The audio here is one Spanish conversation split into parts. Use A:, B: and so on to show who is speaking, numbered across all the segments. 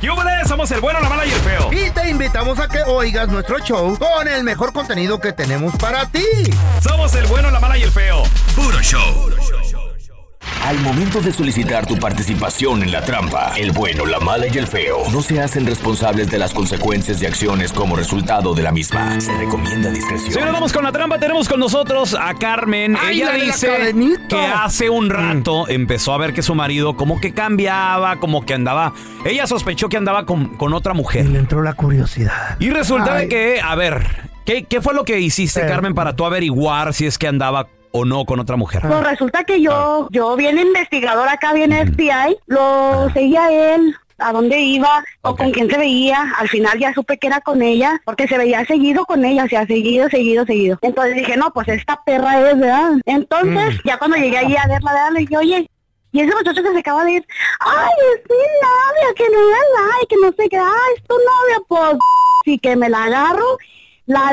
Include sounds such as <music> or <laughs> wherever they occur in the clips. A: ¡Yúbele! Somos el bueno, la mala y el feo.
B: Y te invitamos a que oigas nuestro show con el mejor contenido que tenemos para ti.
A: Somos el bueno, la mala y el feo.
C: Puro show. Al momento de solicitar tu participación en la trampa, el bueno, la mala y el feo no se hacen responsables de las consecuencias y acciones como resultado de la misma. Se recomienda
A: Señores,
C: discreción.
A: vamos con la trampa. Tenemos con nosotros a Carmen.
B: Ay,
A: Ella
B: la de la
A: dice
B: cadenita. Mm.
A: que hace un rato empezó a ver que su marido como que cambiaba, como que andaba. Ella sospechó que andaba con, con otra
B: Y
A: mujer.
B: le entró la curiosidad.
A: Y resulta de
B: Ay.
A: que, a ver, ¿qué, qué fue lo que hiciste,
B: Eh.
A: Carmen, para tú averiguar si es que andaba o no con otra mujer?
B: Ah.
D: Pues resulta que
A: Ah.
D: yo, yo bien investigadora acá, bien FBI, lo seguía a él, a dónde iba o
A: Ok.
D: con quién se veía. Al final ya supe que era con ella, porque se veía seguido con ella, o sea, seguido, seguido, seguido. Entonces dije, no, pues esta perra es, ¿verdad? Entonces,
A: Mm.
D: ya cuando llegué allí a verla, ¿verdad? le dije, oye, y ese muchacho que se acaba de ir, ay, es mi novia, que no era like, que no sé qué, ay, es tu novia, pues, sí que me la agarro. La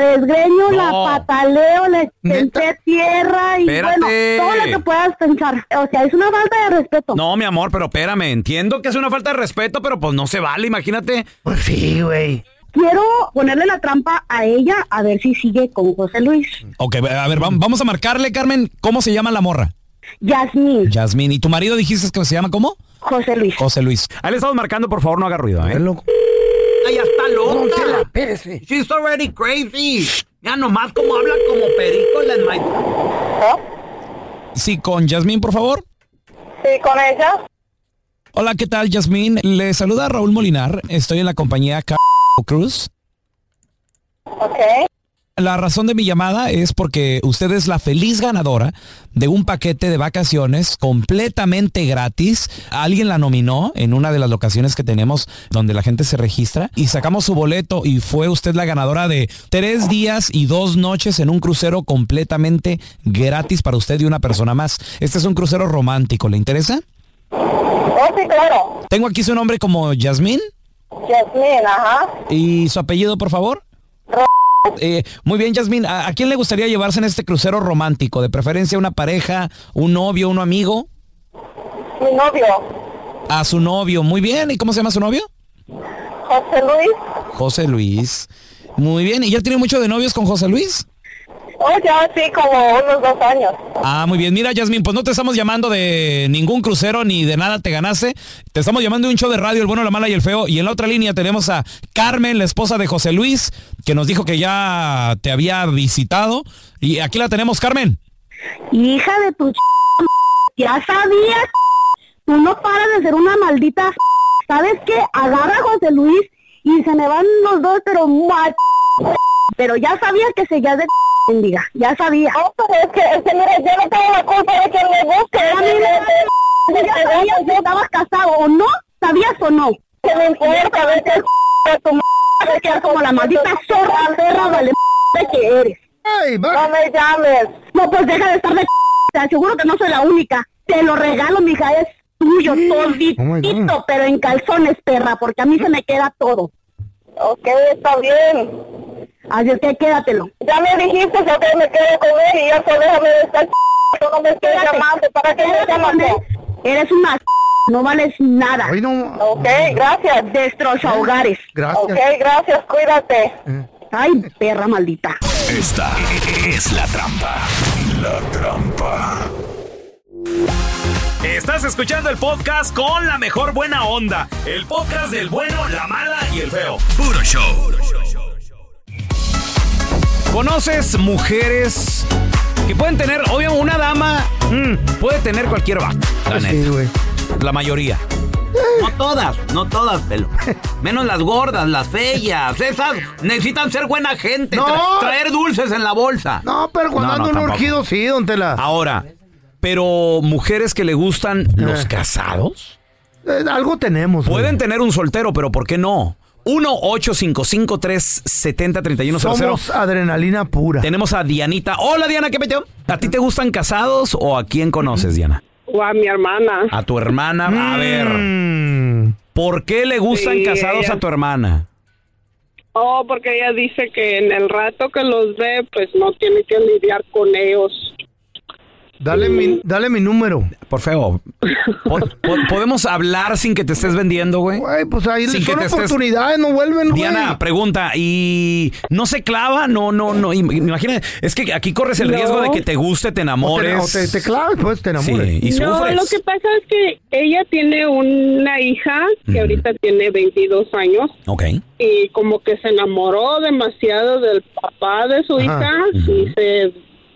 A: No.
D: desgreño, la pataleo, le
B: ¿Neta?
D: senté tierra y y
A: Espérate.
D: bueno, todo lo que puedas pensar. O sea, es una falta de respeto.
A: No, mi amor, pero espérame, entiendo que es una falta de respeto, pero pues no se vale, imagínate.
B: Pues sí, güey.
D: Quiero ponerle la trampa a ella a ver si sigue con José Luis.
A: Mm.
E: Ok, a ver, vam- vamos a marcarle, Carmen, ¿cómo se llama la morra?
D: Yasmín,
E: Yasmín. ¿Y tu marido dijiste que se llama cómo?
D: José Luis.
E: José Luis.
A: Ahí le estamos marcando, por favor, no haga ruido, ¿eh?
B: loco.
A: Ella está loca.
B: Pérese.
A: She's already crazy. Ya nomás como habla como perico Oh.
E: Sí, con Yasmín, por favor.
D: Sí, con ella.
E: Hola, ¿qué tal, Yasmín? Le saluda Raúl Molinar. Estoy en la compañía Car Cruz.
D: Ok.
E: La razón de mi llamada es porque usted es la feliz ganadora de un paquete de vacaciones completamente gratis. Alguien la nominó en una de las locaciones que tenemos donde la gente se registra y sacamos su boleto y fue usted la ganadora de tres días y dos noches en un crucero completamente gratis para usted y una persona más. Este es un crucero romántico, ¿le interesa?
D: Oh, sí, claro.
E: Tengo aquí su nombre como Yasmín.
D: Yasmín, ajá.
E: ¿Y su apellido, por favor? Eh, muy bien, Yasmín. ¿A, a quién le gustaría llevarse en este crucero romántico? De preferencia una pareja, un novio, un amigo.
D: Mi novio,
E: A su novio. Muy bien. ¿Y cómo se llama su novio?
D: José Luis.
E: José Luis. Muy bien. ¿Y ya tiene mucho de novios con José Luis?
D: Oh, ya, sí, como unos dos años.
E: Ah, muy bien. Mira, Yasmín, pues no te estamos llamando de ningún crucero ni de nada te ganaste. Te estamos llamando de un show de radio, el bueno, la mala y el feo. Y en la otra línea tenemos a Carmen, la esposa de José Luis, que nos dijo que ya te había visitado. Y aquí la tenemos, Carmen.
D: Hija de tu ch... Ya sabías. Tú no paras de ser una maldita. ¿Sabes qué? Agarra a José Luis y se me van los dos, pero mal. Pero ya sabía que seguías de bendiga. Ya sabía. No, pero es que, mira, yo no tengo la culpa de que me busque. A mí no me- ya sabías que estabas casado o no. ¿Sabías o no? Que me importa ver que tu madre que como la maldita zorra perra vale m- que eres.
B: Ay, va.
D: me llames. No, pues deja de estar de c- Te aseguro que no soy la única. Te lo regalo, mija, es tuyo,
B: Oh my God.
D: toditito, pero en calzones, perra, porque a mí se me queda todo. Ok, está bien. Así es que quédatelo. Ya me dijiste que me quedo con él y yo solo déjame de estar tú no me estés llamando, ¿para qué me llamas? Eres una c- no vales nada.
B: Ay, no. Eh,
D: Ok, gracias. Destroza hogares.
B: Gracias. Ok,
D: gracias, cuídate.
B: Eh.
D: Ay, perra maldita.
C: Esta es la trampa. La trampa.
A: Estás escuchando el podcast con la mejor buena onda. El podcast del bueno, la mala y el feo.
C: Puro show.
A: ¿Conoces mujeres que pueden tener, obvio, una dama mm, puede tener cualquier vato? La
B: Pues Sí,
A: neta.
B: güey.
A: La mayoría. No todas, no todas, pelo. Menos las gordas, las feas. Esas necesitan ser buena gente,
B: No. tra- traer
A: dulces en la bolsa.
B: No, pero cuando
A: No, no,
B: ando un
A: tampoco. Ah.
B: urgido, sí, don Tela.
A: Ahora, pero mujeres que le gustan los
B: Eh.
A: casados.
B: Eh, algo tenemos. güey.
A: Pueden tener un soltero, pero ¿por qué no? 1-855-370-3100.
B: Somos adrenalina pura.
A: Tenemos a Dianita. Hola, Diana, ¿qué peteo? ¿A ti te gustan casados o a quién conoces, Diana?
F: O a mi hermana.
A: A tu hermana. A ver,
B: Mm.
A: ¿por qué le gustan
F: Mm. Sí,
A: casados
F: ella-
A: a tu hermana?
F: Oh, porque ella dice que en el rato que los ve, pues no tiene que lidiar con ellos.
B: Dale mi, dale mi número.
A: Por feo. po- po- ¿Podemos hablar sin que te estés vendiendo, güey?
B: Güey, pues ahí
A: Eh. Sin que
B: son
A: te estés-
B: oportunidades, no vuelven, güey.
A: Diana, pregunta, ¿y no se clava? No, no, no. im- Imagínate, es que aquí corres el
F: No.
A: riesgo de que te guste, te
B: O te,
A: enamores.
B: o te, te claves, pues te enamores.
A: Sí, y
F: No,
A: sufres.
F: lo que pasa es que ella tiene una hija que ahorita tiene 22 años
A: Ok.
F: y como que se enamoró demasiado del papá de su hija y se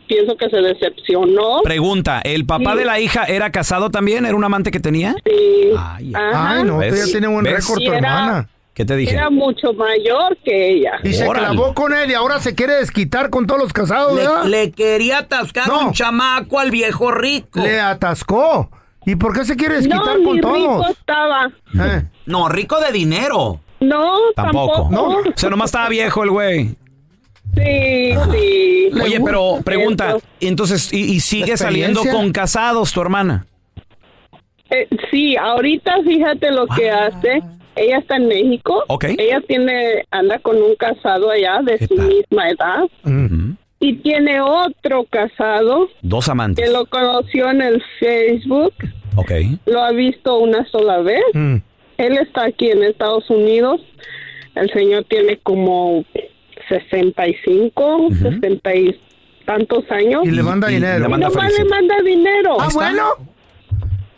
F: pienso que se decepcionó.
A: Pregunta, ¿el papá
F: Sí.
A: de la hija era casado también? ¿Era un amante que tenía?
F: y,
A: Ay,
F: ajá,
B: Ay, no,
A: ¿Ves?
B: ella tiene buen
A: ¿Ves?
B: récord,
F: Y
B: tu
F: era-
B: hermana.
A: ¿Qué te dije?
F: era mucho mayor que ella.
B: Y se
A: Órale.
B: clavó con él y ahora se quiere desquitar con todos los casados, ¿verdad?
G: Le, le quería atascar
B: No.
G: un chamaco al viejo rico.
B: Le atascó. ¿Y por qué se quiere desquitar
F: No,
B: con
F: ni rico
B: todos?
F: estaba.
B: Eh,
G: No, rico de dinero.
F: No,
A: Tampoco.
F: tampoco.
B: No.
A: O sea, nomás estaba viejo el güey.
F: Sí, sí.
A: Oye, pero pregunta, entonces, ¿y, y sigue saliendo
B: experiencia?
A: con casados tu hermana?
F: Eh, sí, ahorita fíjate lo que hace. Ella está en México.
A: Ok.
F: Ella tiene, anda con un casado allá de
A: ¿Qué
F: su
A: tal?
F: misma edad y tiene otro casado
A: Dos
F: que
A: amantes.
F: lo conoció en el Facebook.
A: Ok.
F: Lo ha visto una sola vez.
B: mm.
F: Él está aquí en Estados Unidos. El señor tiene como 65, 60 y tantos años.
B: Y le manda
A: y- y
B: dinero.
A: le
F: Y
A: manda
F: nomás le
A: felicita-
F: manda dinero.
B: Ah, bueno.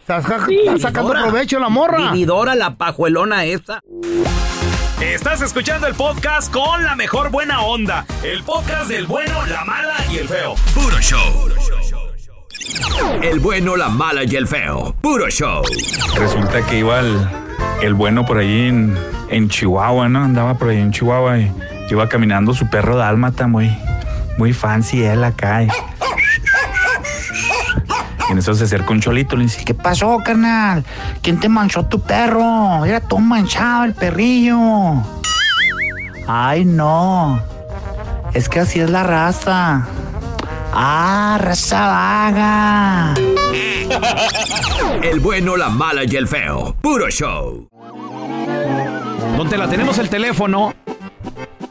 B: Estás ja- estás sacando
G: Vividora.
B: provecho la morra.
G: Vividora la pajuelona esa.
C: Estás escuchando el podcast con la mejor buena onda. El podcast del bueno, la mala y el feo. Puro show. El bueno, la mala y el feo. Puro show.
H: Resulta que iba el, el bueno por ahí en, en Chihuahua, ¿no? Andaba por ahí en Chihuahua y iba caminando su perro dálmata, muy, muy fancy él acá. Y, y en eso se acerca un cholito, le dice, ¿qué pasó, carnal? ¿Quién te manchó tu perro? Era todo manchado el perrillo. Ay, no. Es que así es la raza. Ah, raza vaga.
C: El bueno, la mala y el feo. Puro show.
A: Donde la tenemos el teléfono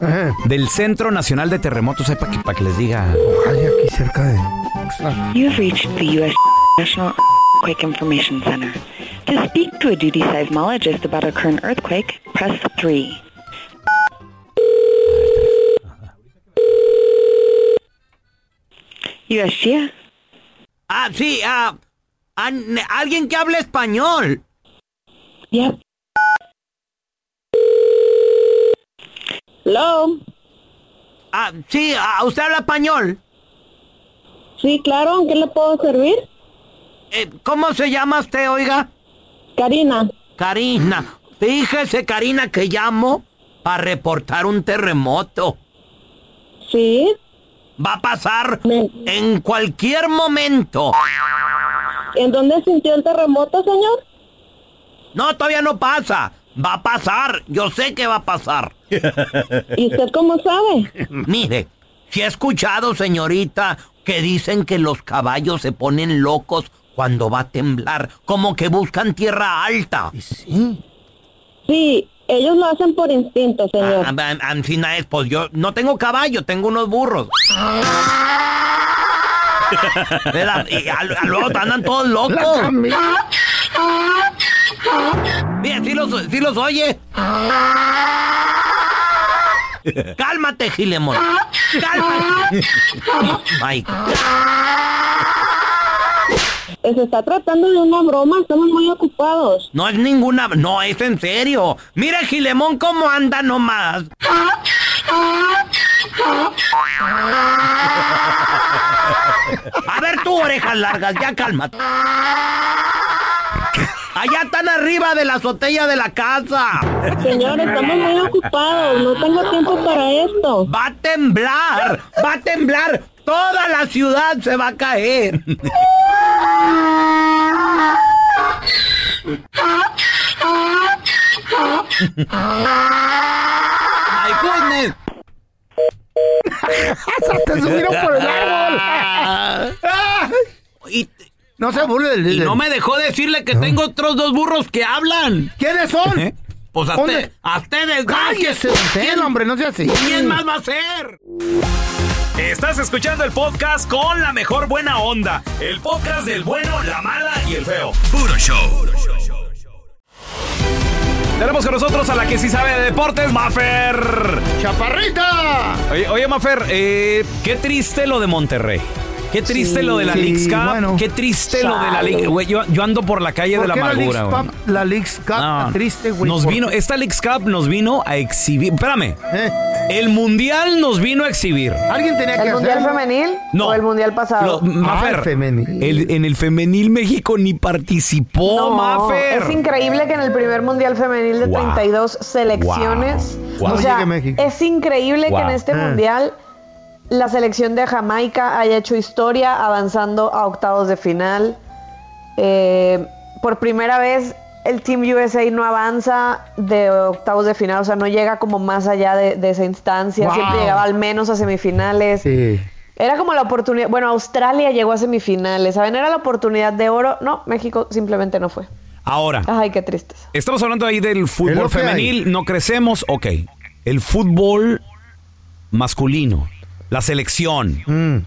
B: Eh,
A: del Centro Nacional de Terremotos, ahí para que, pa' que les diga.
B: ojalá y aquí cerca de.
I: You've reached the U.S. National Earthquake Information Center. To speak to a duty seismologist about a current earthquake, press 3. USGS?
G: Ah, sí, ah, ah, ne- alguien que hable español.
I: Yep.
D: Hello.
G: Ah, sí, ah, usted habla español.
D: Sí, claro, ¿en qué le puedo servir?
G: Eh, ¿Cómo se llama usted, oiga?
D: Karina.
G: Karina. Fíjese, Karina, que llamo para reportar un terremoto.
D: Sí.
G: Va a pasar
D: Me-
G: en cualquier momento.
D: ¿En dónde sintió el terremoto, señor?
G: No, todavía no pasa. Va a pasar. Yo sé que va a pasar.
D: ¿Y usted cómo sabe?
G: Mire, si he escuchado, señorita, que dicen que los caballos se ponen locos cuando va a temblar, como que buscan tierra alta.
D: Sí, ellos lo hacen por instinto, señor.
G: Ah, ah, ah, sí, na- pues yo no tengo caballo, tengo unos burros. ¿Verdad? Y al- al- luego andan todos locos. Mira, si los, sí los oye. Cálmate, Gilemón. Cálmate. Ay,
D: Eh, Se está tratando de una broma, estamos muy ocupados.
G: no es ninguna. No, es en serio. Mira, Gilemón, cómo anda nomás. A ver, tú, orejas largas, ya cálmate. Allá están arriba de la azotea de la casa.
D: Señor, estamos muy ocupados, no tengo tiempo para esto.
G: Va a temblar, va a temblar. Toda la ciudad se va a caer. My goodness.
B: Te subieron por el árbol.
G: <laughs> Y,
B: No se burle del
G: y
B: líder.
G: no me dejó decirle que tengo otros dos burros que hablan.
B: ¿Quiénes
G: <laughs>
B: son?
A: ¿Eh?
G: Pues a
B: ¿Dónde?
G: usted- a ustedes,
B: Cállese, don Tela, hombre, no sea así.
G: ¿Quién más va a ser?
E: Estás escuchando el podcast con la mejor buena onda. El podcast del bueno, la mala y el feo. Puro show. Tenemos con nosotros a la que sí sabe de deportes, Mafer.
B: ¡Chaparrita!
E: Oye, oye Mafer, eh, qué triste lo de Monterrey. Qué triste
B: Sí,
E: lo de la
B: sí,
E: Leagues Cup.
B: bueno.
E: Qué triste lo de la Leagues Güey, yo, yo ando por la calle de la
B: ¿Por qué
E: amargura,
B: Leagues
E: güey.
B: Cup- La Leagues Cup,
E: No,
B: triste, güey.
E: Nos
B: ¿por
E: vino,
B: qué?
E: esta Leagues Cup nos vino a exhibir. Espérame.
B: Eh,
E: El Mundial nos vino a exhibir.
B: Alguien tenía que
J: ¿El mundial
B: hacerlo.
J: femenil?
E: No.
J: ¿O el mundial pasado?
E: Lo- Mafer,
B: Ah, el femenil.
E: el- en el femenil México ni participó,
J: No,
E: Mafer.
J: Es increíble que en el primer mundial femenil de
E: Wow.
J: 32 selecciones.
E: Wow.
J: O sea,
B: Oye, que México.
J: es increíble que
E: Wow.
J: en este
B: Ah.
J: mundial la selección de Jamaica haya hecho historia avanzando a octavos de final. Eh, por primera vez el Team USA no avanza de octavos de final, o sea, no llega como más allá de, de esa instancia,
B: Wow.
J: siempre llegaba al menos a semifinales.
B: Sí.
J: Era como la oportunidad, bueno, Australia llegó a semifinales, ¿saben? Era la oportunidad de oro, no, México simplemente no fue.
E: Ahora,
J: Ay, qué tristeza.
E: estamos hablando ahí del
B: Es
E: fútbol
B: lo que hay.
E: femenil, no crecemos, ok. El fútbol masculino, la selección.
B: Mm.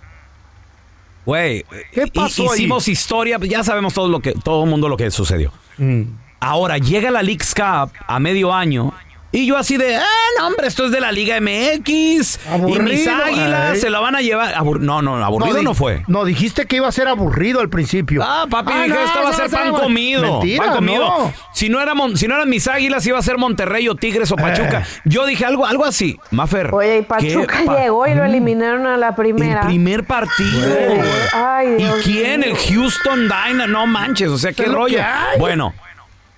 E: Güey,
B: ¿Qué
E: hi-
B: pasó ahí?
E: hicimos historia, ya sabemos todo lo que todo el mundo lo que sucedió.
B: Mm.
E: Ahora llega la Leagues Cup a medio año y yo así de, ah, no, hombre, esto es de la Liga MX y mis
B: Aburrido,
E: águilas
B: ey.
E: se la van a llevar. Abur- no, no, aburrido no,
B: di-
E: fue.
B: No, dijiste que iba a ser aburrido al principio.
E: Ah, papi,
B: Ah,
E: dije,
B: no,
E: esto va a
B: no,
E: ser
B: no,
E: pan
B: no.
E: comido.
B: Mentira,
E: pan comido.
B: no.
E: Si, no era Mon- si no eran mis águilas, iba a ser Monterrey o Tigres o Pachuca.
B: Eh.
E: Yo dije algo, algo así. Mafer.
J: Oye, y
E: ¿qué
J: Pachuca
E: pa- Mm.
J: llegó y lo eliminaron a la primera.
E: El primer partido. güey.
J: Ay,
E: ¿Y
J: Dios
E: quién?
J: mío.
E: El Houston Dynamo. No manches, o sea, qué
B: Es lo
E: rollo.
B: que hay.
E: Bueno,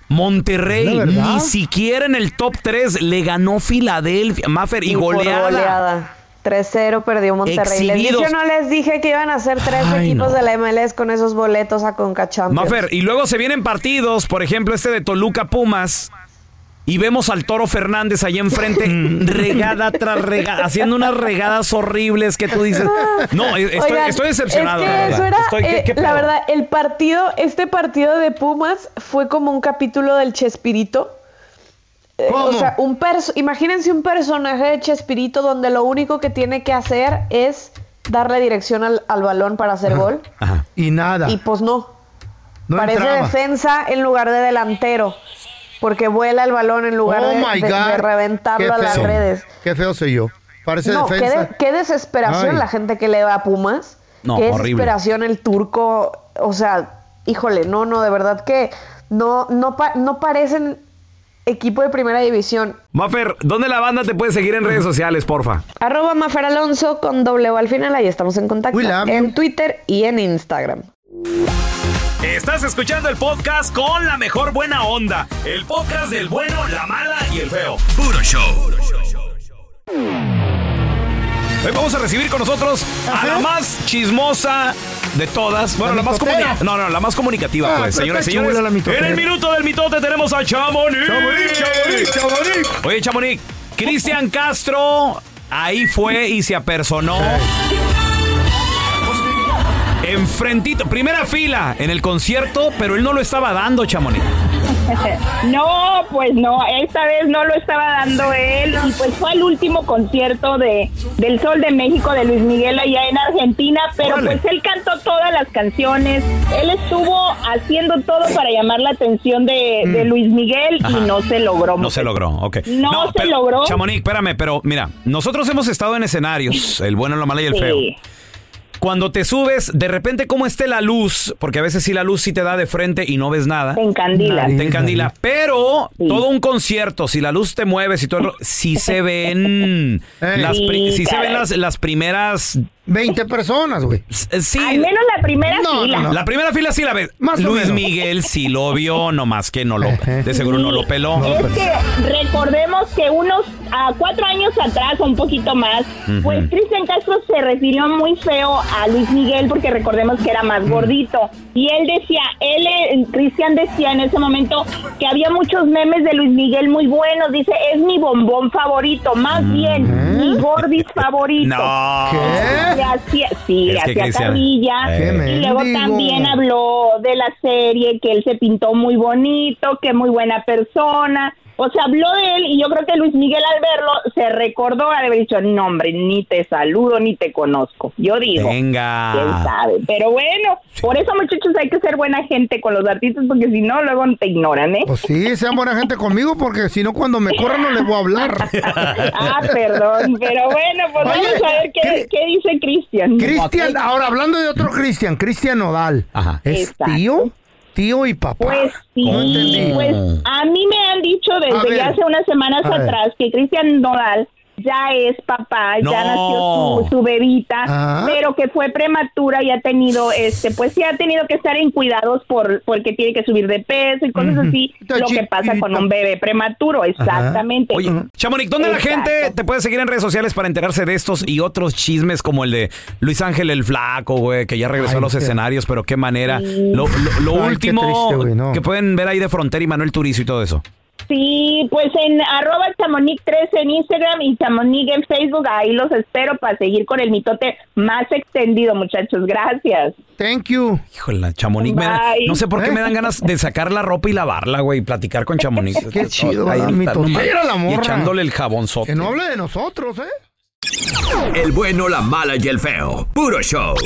E: Monterrey
B: La verdad.
E: ni siquiera en el top 3 le ganó Filadelfia, Maffer, y,
J: Y por
E: goleada.
J: goleada. 3-0 perdió Monterrey. Les dije,
E: Exhibidos.
J: yo no les dije que iban a ser tres
E: Ay,
J: equipos
E: no.
J: de la MLS con esos boletos a Conca Champions.
E: Mafer, y luego se vienen partidos, por ejemplo, este de Toluca Pumas. Y vemos al Toro Fernández allá enfrente,
J: <laughs>
E: regada tras regada, haciendo unas regadas horribles que tú dices. No, eh, estoy,
J: Oigan,
E: estoy decepcionado.
J: es que
E: la verdad.
J: eso era,
E: Estoy- ¿qué-
J: eh,
E: qué
J: la
E: pedo?
J: verdad, el partido, este partido de Pumas fue como un capítulo del Chespirito. Eh,
B: ¿Cómo?
J: O sea, un perso- imagínense un personaje de Chespirito donde lo único que tiene que hacer es darle dirección al, al balón para hacer gol.
E: Ajá.
B: Y nada.
J: Y pues no.
B: Ah. no
J: Parece
B: entraba.
J: defensa en lugar de delantero. Porque vuela el balón en lugar
B: oh
J: de,
B: my
J: de- de
B: God. Qué
J: reventarlo a las
B: feo.
J: redes.
B: Qué feo soy yo. Parece
J: No, qué,
B: defensa.
J: de- qué desesperación
B: Ay.
J: la gente que le va a Pumas.
E: No,
J: qué
E: horrible.
J: desesperación el turco. O sea, híjole, no, no, de verdad que no, no, pa- no parecen equipo de primera división.
E: Mafer, ¿dónde la banda te puede seguir en redes sociales, porfa?
J: Arroba Mafer Alonso con doble O al final, ahí estamos en contacto.
B: We love you.
J: En Twitter y en Instagram.
E: Estás escuchando el podcast con la mejor buena onda. El podcast del bueno, la mala y el feo. Puro show. Hoy vamos a recibir con nosotros a la más chismosa de todas. Bueno, la,
B: La
E: más
B: mitotera.
E: comuni- No, no, la más comunicativa,
B: Ah,
E: pues,
B: pero
E: señoras y
B: está chula
E: señores.
B: la mitotera.
E: En el minuto del mitote tenemos a Chamonix. Oye, Chamonix, Cristian Castro ahí fue y se apersonó. Enfrentito, primera fila en el concierto, pero él no lo estaba dando, Chamonix.
K: No, pues no, esta vez no lo estaba dando él y pues fue el último concierto de del Sol de México de Luis Miguel allá en Argentina, pero
E: Órale.
K: pues él cantó todas las canciones, él estuvo haciendo todo para llamar la atención de, de Luis Miguel
E: Mm. Ajá.
K: y no se logró.
E: No se logró, ok.
K: No se
E: pero,
K: logró.
E: Chamonix, espérame, pero mira, nosotros hemos estado en escenarios, el bueno, lo malo y el
K: Sí.
E: feo. Cuando te subes, de repente, como esté la luz, porque a veces sí la luz sí te da de frente y no ves nada.
K: Te encandilas.
E: Te encandila. Pero
K: Sí.
E: todo un concierto, si la luz te mueves y todo, el ro-
B: <laughs>
E: sí se ven
B: Ey.
E: las, pri-
K: Sí,
E: sí se
K: caray.
E: ven las, las primeras,
B: 20 personas, güey.
E: s- sí.
K: Al menos la primera
B: No, no,
K: fila.
B: no.
E: La primera fila sí la ves.
B: Más o
E: Luis
B: menos.
E: Miguel sí lo vio, nomás que no lo,
B: Ejé.
E: de seguro no lo peló.
K: Es que recordemos que unos a cuatro años atrás o un poquito más, pues Cristian Castro se refirió muy feo a Luis Miguel porque recordemos que era más gordito. Y él decía, él, eh, Cristian decía en ese momento que había muchos memes de Luis Miguel muy buenos. Dice, es mi bombón favorito, más bien, mi gordis favorito.
E: Mm. ¿Eh? No. Ah.
B: ¿Qué?
K: Le hacía, sí,
E: Es
K: le
E: que
K: hacía
E: Cristian-
K: carrilla.
E: Eh.
B: Qué
K: Y luego
B: mendigo.
K: también habló de la serie que él se pintó muy bonito, que muy buena persona. O sea, habló de él y yo creo que Luis Miguel al verlo se recordó a haber dicho, no hombre, ni te saludo, ni te conozco. Yo digo,
E: Venga.
K: quién sabe. Pero bueno, por eso muchachos hay que ser buena gente con los artistas porque si no, luego te ignoran,
B: <laughs>
K: ¿eh?
B: Pues sí, sean buena gente conmigo porque si no cuando me corran no les voy a hablar.
E: <laughs>
K: Ah, perdón, pero bueno, pues
B: Oye,
K: vamos a ver qué, qué dice Cristian.
B: Cristian, ahora hablando de otro Cristian, Cristian Nodal. ¿Es
K: Exacto.
B: tío? Tío y papá.
K: Pues sí,
B: No Ah, entendí.
K: pues a mí me han dicho
B: A
K: desde
B: ver,
K: ya hace unas semanas
B: a ver.
K: atrás que Cristian Nodal ya es papá,
B: No.
K: ya nació su, su bebita,
B: Ah.
K: pero que fue prematura y ha tenido, este, pues sí ha tenido que estar en cuidados por porque tiene que subir de peso y cosas
E: Ujú.
K: así,
E: Está
K: lo que pasa con un bebé prematuro, exactamente.
E: Oye, Chamonix, ¿dónde la
K: Exacto.
E: gente te puede seguir en redes sociales para enterarse de estos y otros chismes como el de Luis Ángel el Flaco, güey, que ya regresó
B: Ay,
E: a los
B: qué-
E: escenarios, pero qué manera? Lo, lo- lo
B: Ay, qué
E: último
B: triste, güey, no.
E: que pueden ver ahí de Frontera y Manuel Turizo y todo eso.
K: Sí, pues en arroba chamonique 3 en Instagram y chamonique en Facebook, ahí los espero para seguir con el mitote más extendido, muchachos. Gracias.
B: Thank you.
E: Híjole, Chamonix, me da-
K: Bye.
E: no sé por qué me dan ganas de sacar la ropa y lavarla, güey, y platicar con Chamonix.
B: Qué chido,
E: Ahí está,
B: la
E: no
B: mitotera,
E: mames,
B: la
E: Y
B: morra.
E: echándole el jabonzote.
B: Que no hable de nosotros, ¿eh?
C: El bueno, la mala y el feo. Puro show.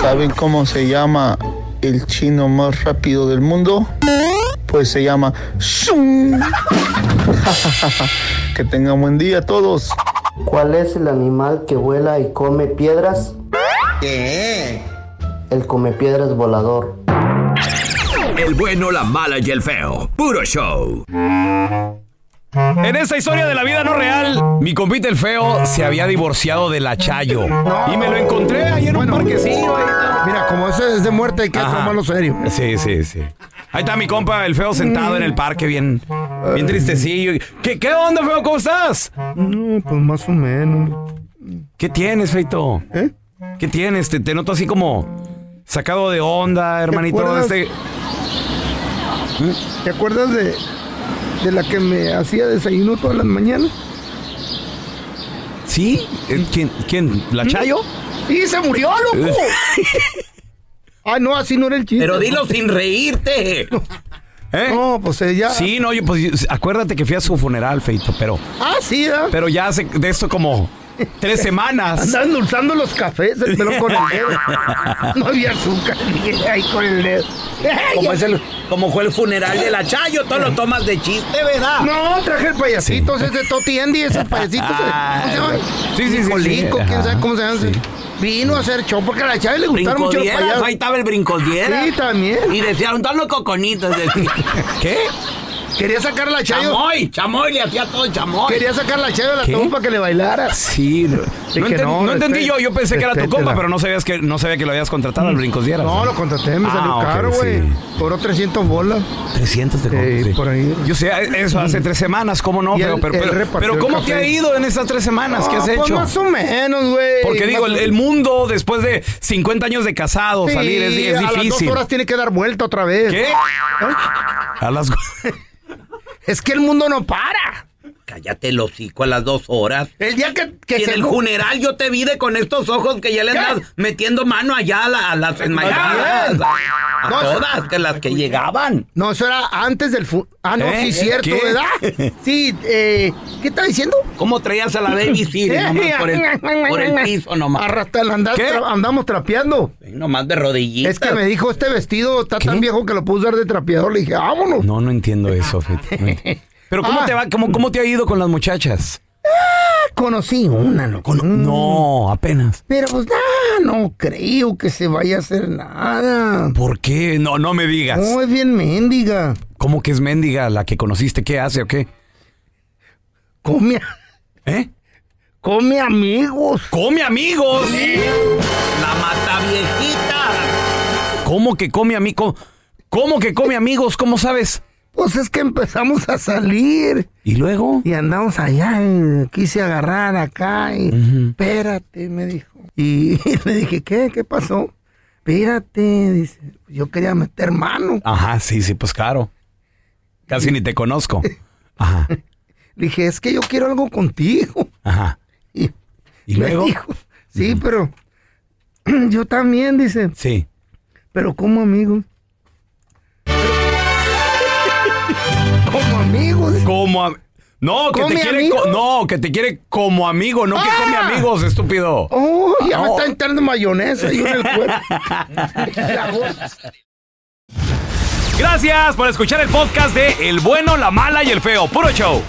L: ¿Saben cómo se llama el chino más rápido del mundo? Pues se llama Shun. <laughs> que tengan buen día a todos.
M: ¿Cuál es el animal que vuela y come piedras? ¿Qué? El come piedras volador.
C: El bueno, la mala y el feo. Puro show.
E: En esta historia de la vida no real, mi compita el feo se había divorciado de la Chayo. Y me lo encontré ahí en un parquecillo.
B: Mira, como ese es de muerte hay que
E: Ajá.
B: tomarlo serio.
E: Sí, sí, sí. Ahí está mi compa, el feo, sentado en el parque, bien, bien tristecillo. ¿Qué, ¿Qué onda, feo? ¿Cómo estás?
B: No, pues más o menos. ¿Eh?
E: ¿Qué tienes, feito? ¿Qué tienes? Te, te noto así como sacado de onda, hermanito.
B: acuerdas?
E: Este...
B: ¿Te acuerdas de, de la que me hacía desayuno todas las mañanas?
E: ¿Sí? Eh, ¿Quién? ¿Quién? ¿La Chayo?
B: ¡Sí, se murió,
E: <laughs>
B: loco! ah, no, así no era el chiste.
G: Pero dilo sin reírte.
E: ¿Eh?
B: No, pues ella.
E: Sí, no, yo, pues acuérdate que fui a su funeral, feito, pero.
B: Ah, sí, ¿eh?
E: Pero ya hace de esto como tres semanas.
B: Andan endulzando los cafés, el pelón con el dedo. No había azúcar. <laughs> Ahí con el dedo.
G: Como,
E: <laughs>
G: es el- como fue el funeral de la Chayo, todo lo tomas de chiste, ¿verdad?
B: No, traje el payasito, ese es de Toti Andy, ese payasito. ¿Cómo se llama?
E: Ah, Sí, sí, sí,
B: Nicolico,
E: sí,
B: quién
E: ajá,
B: sabe cómo se llama. Vino a hacer show porque a la chave le gustaron mucho los
G: Brincodieras,
B: payasos.
G: ahí estaba el brincodiera.
B: Sí, también.
G: Y decían, están los coconitos.
E: ¿Qué?
B: Quería sacar a la Chayo.
G: Chamoy, chamoy, le hacía todo chamoy.
B: Quería sacar a la chave de la
E: ¿Qué?
B: tumba para que le bailara.
E: Sí, no,
B: Sí
E: no
B: que
E: enten-
B: no,
E: no este, entendí
B: respeta-
E: yo, yo pensé que era tu compa,
B: respétela.
E: pero no sabías que no sabía que lo habías contratado al Brincos Dieras.
B: No, lo contraté, me
E: Ah,
B: salió
E: ok,
B: caro,
E: sí.
B: güey. Cobró 300 bolas.
E: 300 te
B: Eh,
E: compré.
B: por ahí.
E: Yo sé, eso hace tres semanas, ¿cómo no?
B: Y
E: Pero,
B: él-
E: pero,
B: él
E: pero-
B: repartió
E: pero
B: el
E: ¿cómo te
B: café.
E: ha ido en esas tres semanas? ¿Qué has
B: Ah, pues
E: hecho?
B: más o menos, güey.
E: Porque digo,
B: Más
E: el,
B: o-
E: el mundo después de 50 años de casado,
B: Sí,
E: salir es, es
B: a las
E: difícil.
B: dos horas ¿Eh? tiene que dar vuelta otra vez.
E: ¿Qué? A las
B: <laughs> Es que el mundo no para.
G: Cállate el hocico a las dos horas.
B: El día que, que
G: Y en
B: se-
G: el funeral yo te vi de con estos ojos que ya le andas metiendo mano allá a, la- a las enmayadas. A
B: No,
G: todas, que las que llegaban.
B: No, eso era antes del fu- Ah, no,
G: ¿Eh?
B: sí, cierto,
G: ¿Qué?
B: ¿verdad?
G: <laughs>
B: Sí, eh, ¿qué está diciendo? ¿Eh?
G: ¿Cómo traías a la baby Siri? Nomás por el, por el
B: <laughs>
G: piso nomás.
B: Arrastran, andar-
G: ¿Qué?
B: tra- andamos trapeando.
G: Nomás de rodillitas.
B: Es que me dijo, este vestido está tan viejo que lo puse dar de trapeador. Le dije,
G: <laughs>
B: vámonos.
E: No, no entiendo eso, Fete, no entiendo. Pero ¿cómo
B: Ah.
E: te va? ¿Cómo, cómo te ha ido con las muchachas?
B: Conocí una, loco. Mm.
E: No, apenas.
B: Pero pues nada, no creo que se vaya a hacer nada.
E: ¿Por qué? No, no me digas.
B: No, es bien mendiga.
E: ¿Cómo que es mendiga la que conociste? ¿Qué hace o qué?
B: Come,
E: ¿Eh?
B: come amigos.
E: ¡Come amigos!
G: La mata viejita.
E: ¿Cómo que come amigos? ¿Cómo que come amigos? ¿Cómo sabes?
B: Pues es que empezamos a salir
E: ¿Y luego?
B: y andamos allá. y quise agarrar acá y espérate, me dijo. Y <laughs> le dije, ¿qué? ¿Qué pasó? Espérate, dice. Yo quería meter mano.
E: Ajá, sí, sí, pues claro. Casi ni te conozco. Ajá,
B: Le dije, es que yo quiero algo contigo.
E: ajá.
B: Y,
E: ¿Y
B: <laughs> me
E: luego?
B: dijo, sí, pero <clears throat> yo también, dice.
E: Sí.
B: Pero <laughs> como amigo. Como amigos.
A: Como am- No, que te
B: ¿Come
A: quiere
B: amigo?
A: co- no, que te quiere como amigo, no que come amigos, estúpido.
B: Oh, ya me
A: No.
B: está entrando mayonesa yo en el cuerpo.
A: Gracias por escuchar el podcast de El bueno, la mala y el feo. Puro show.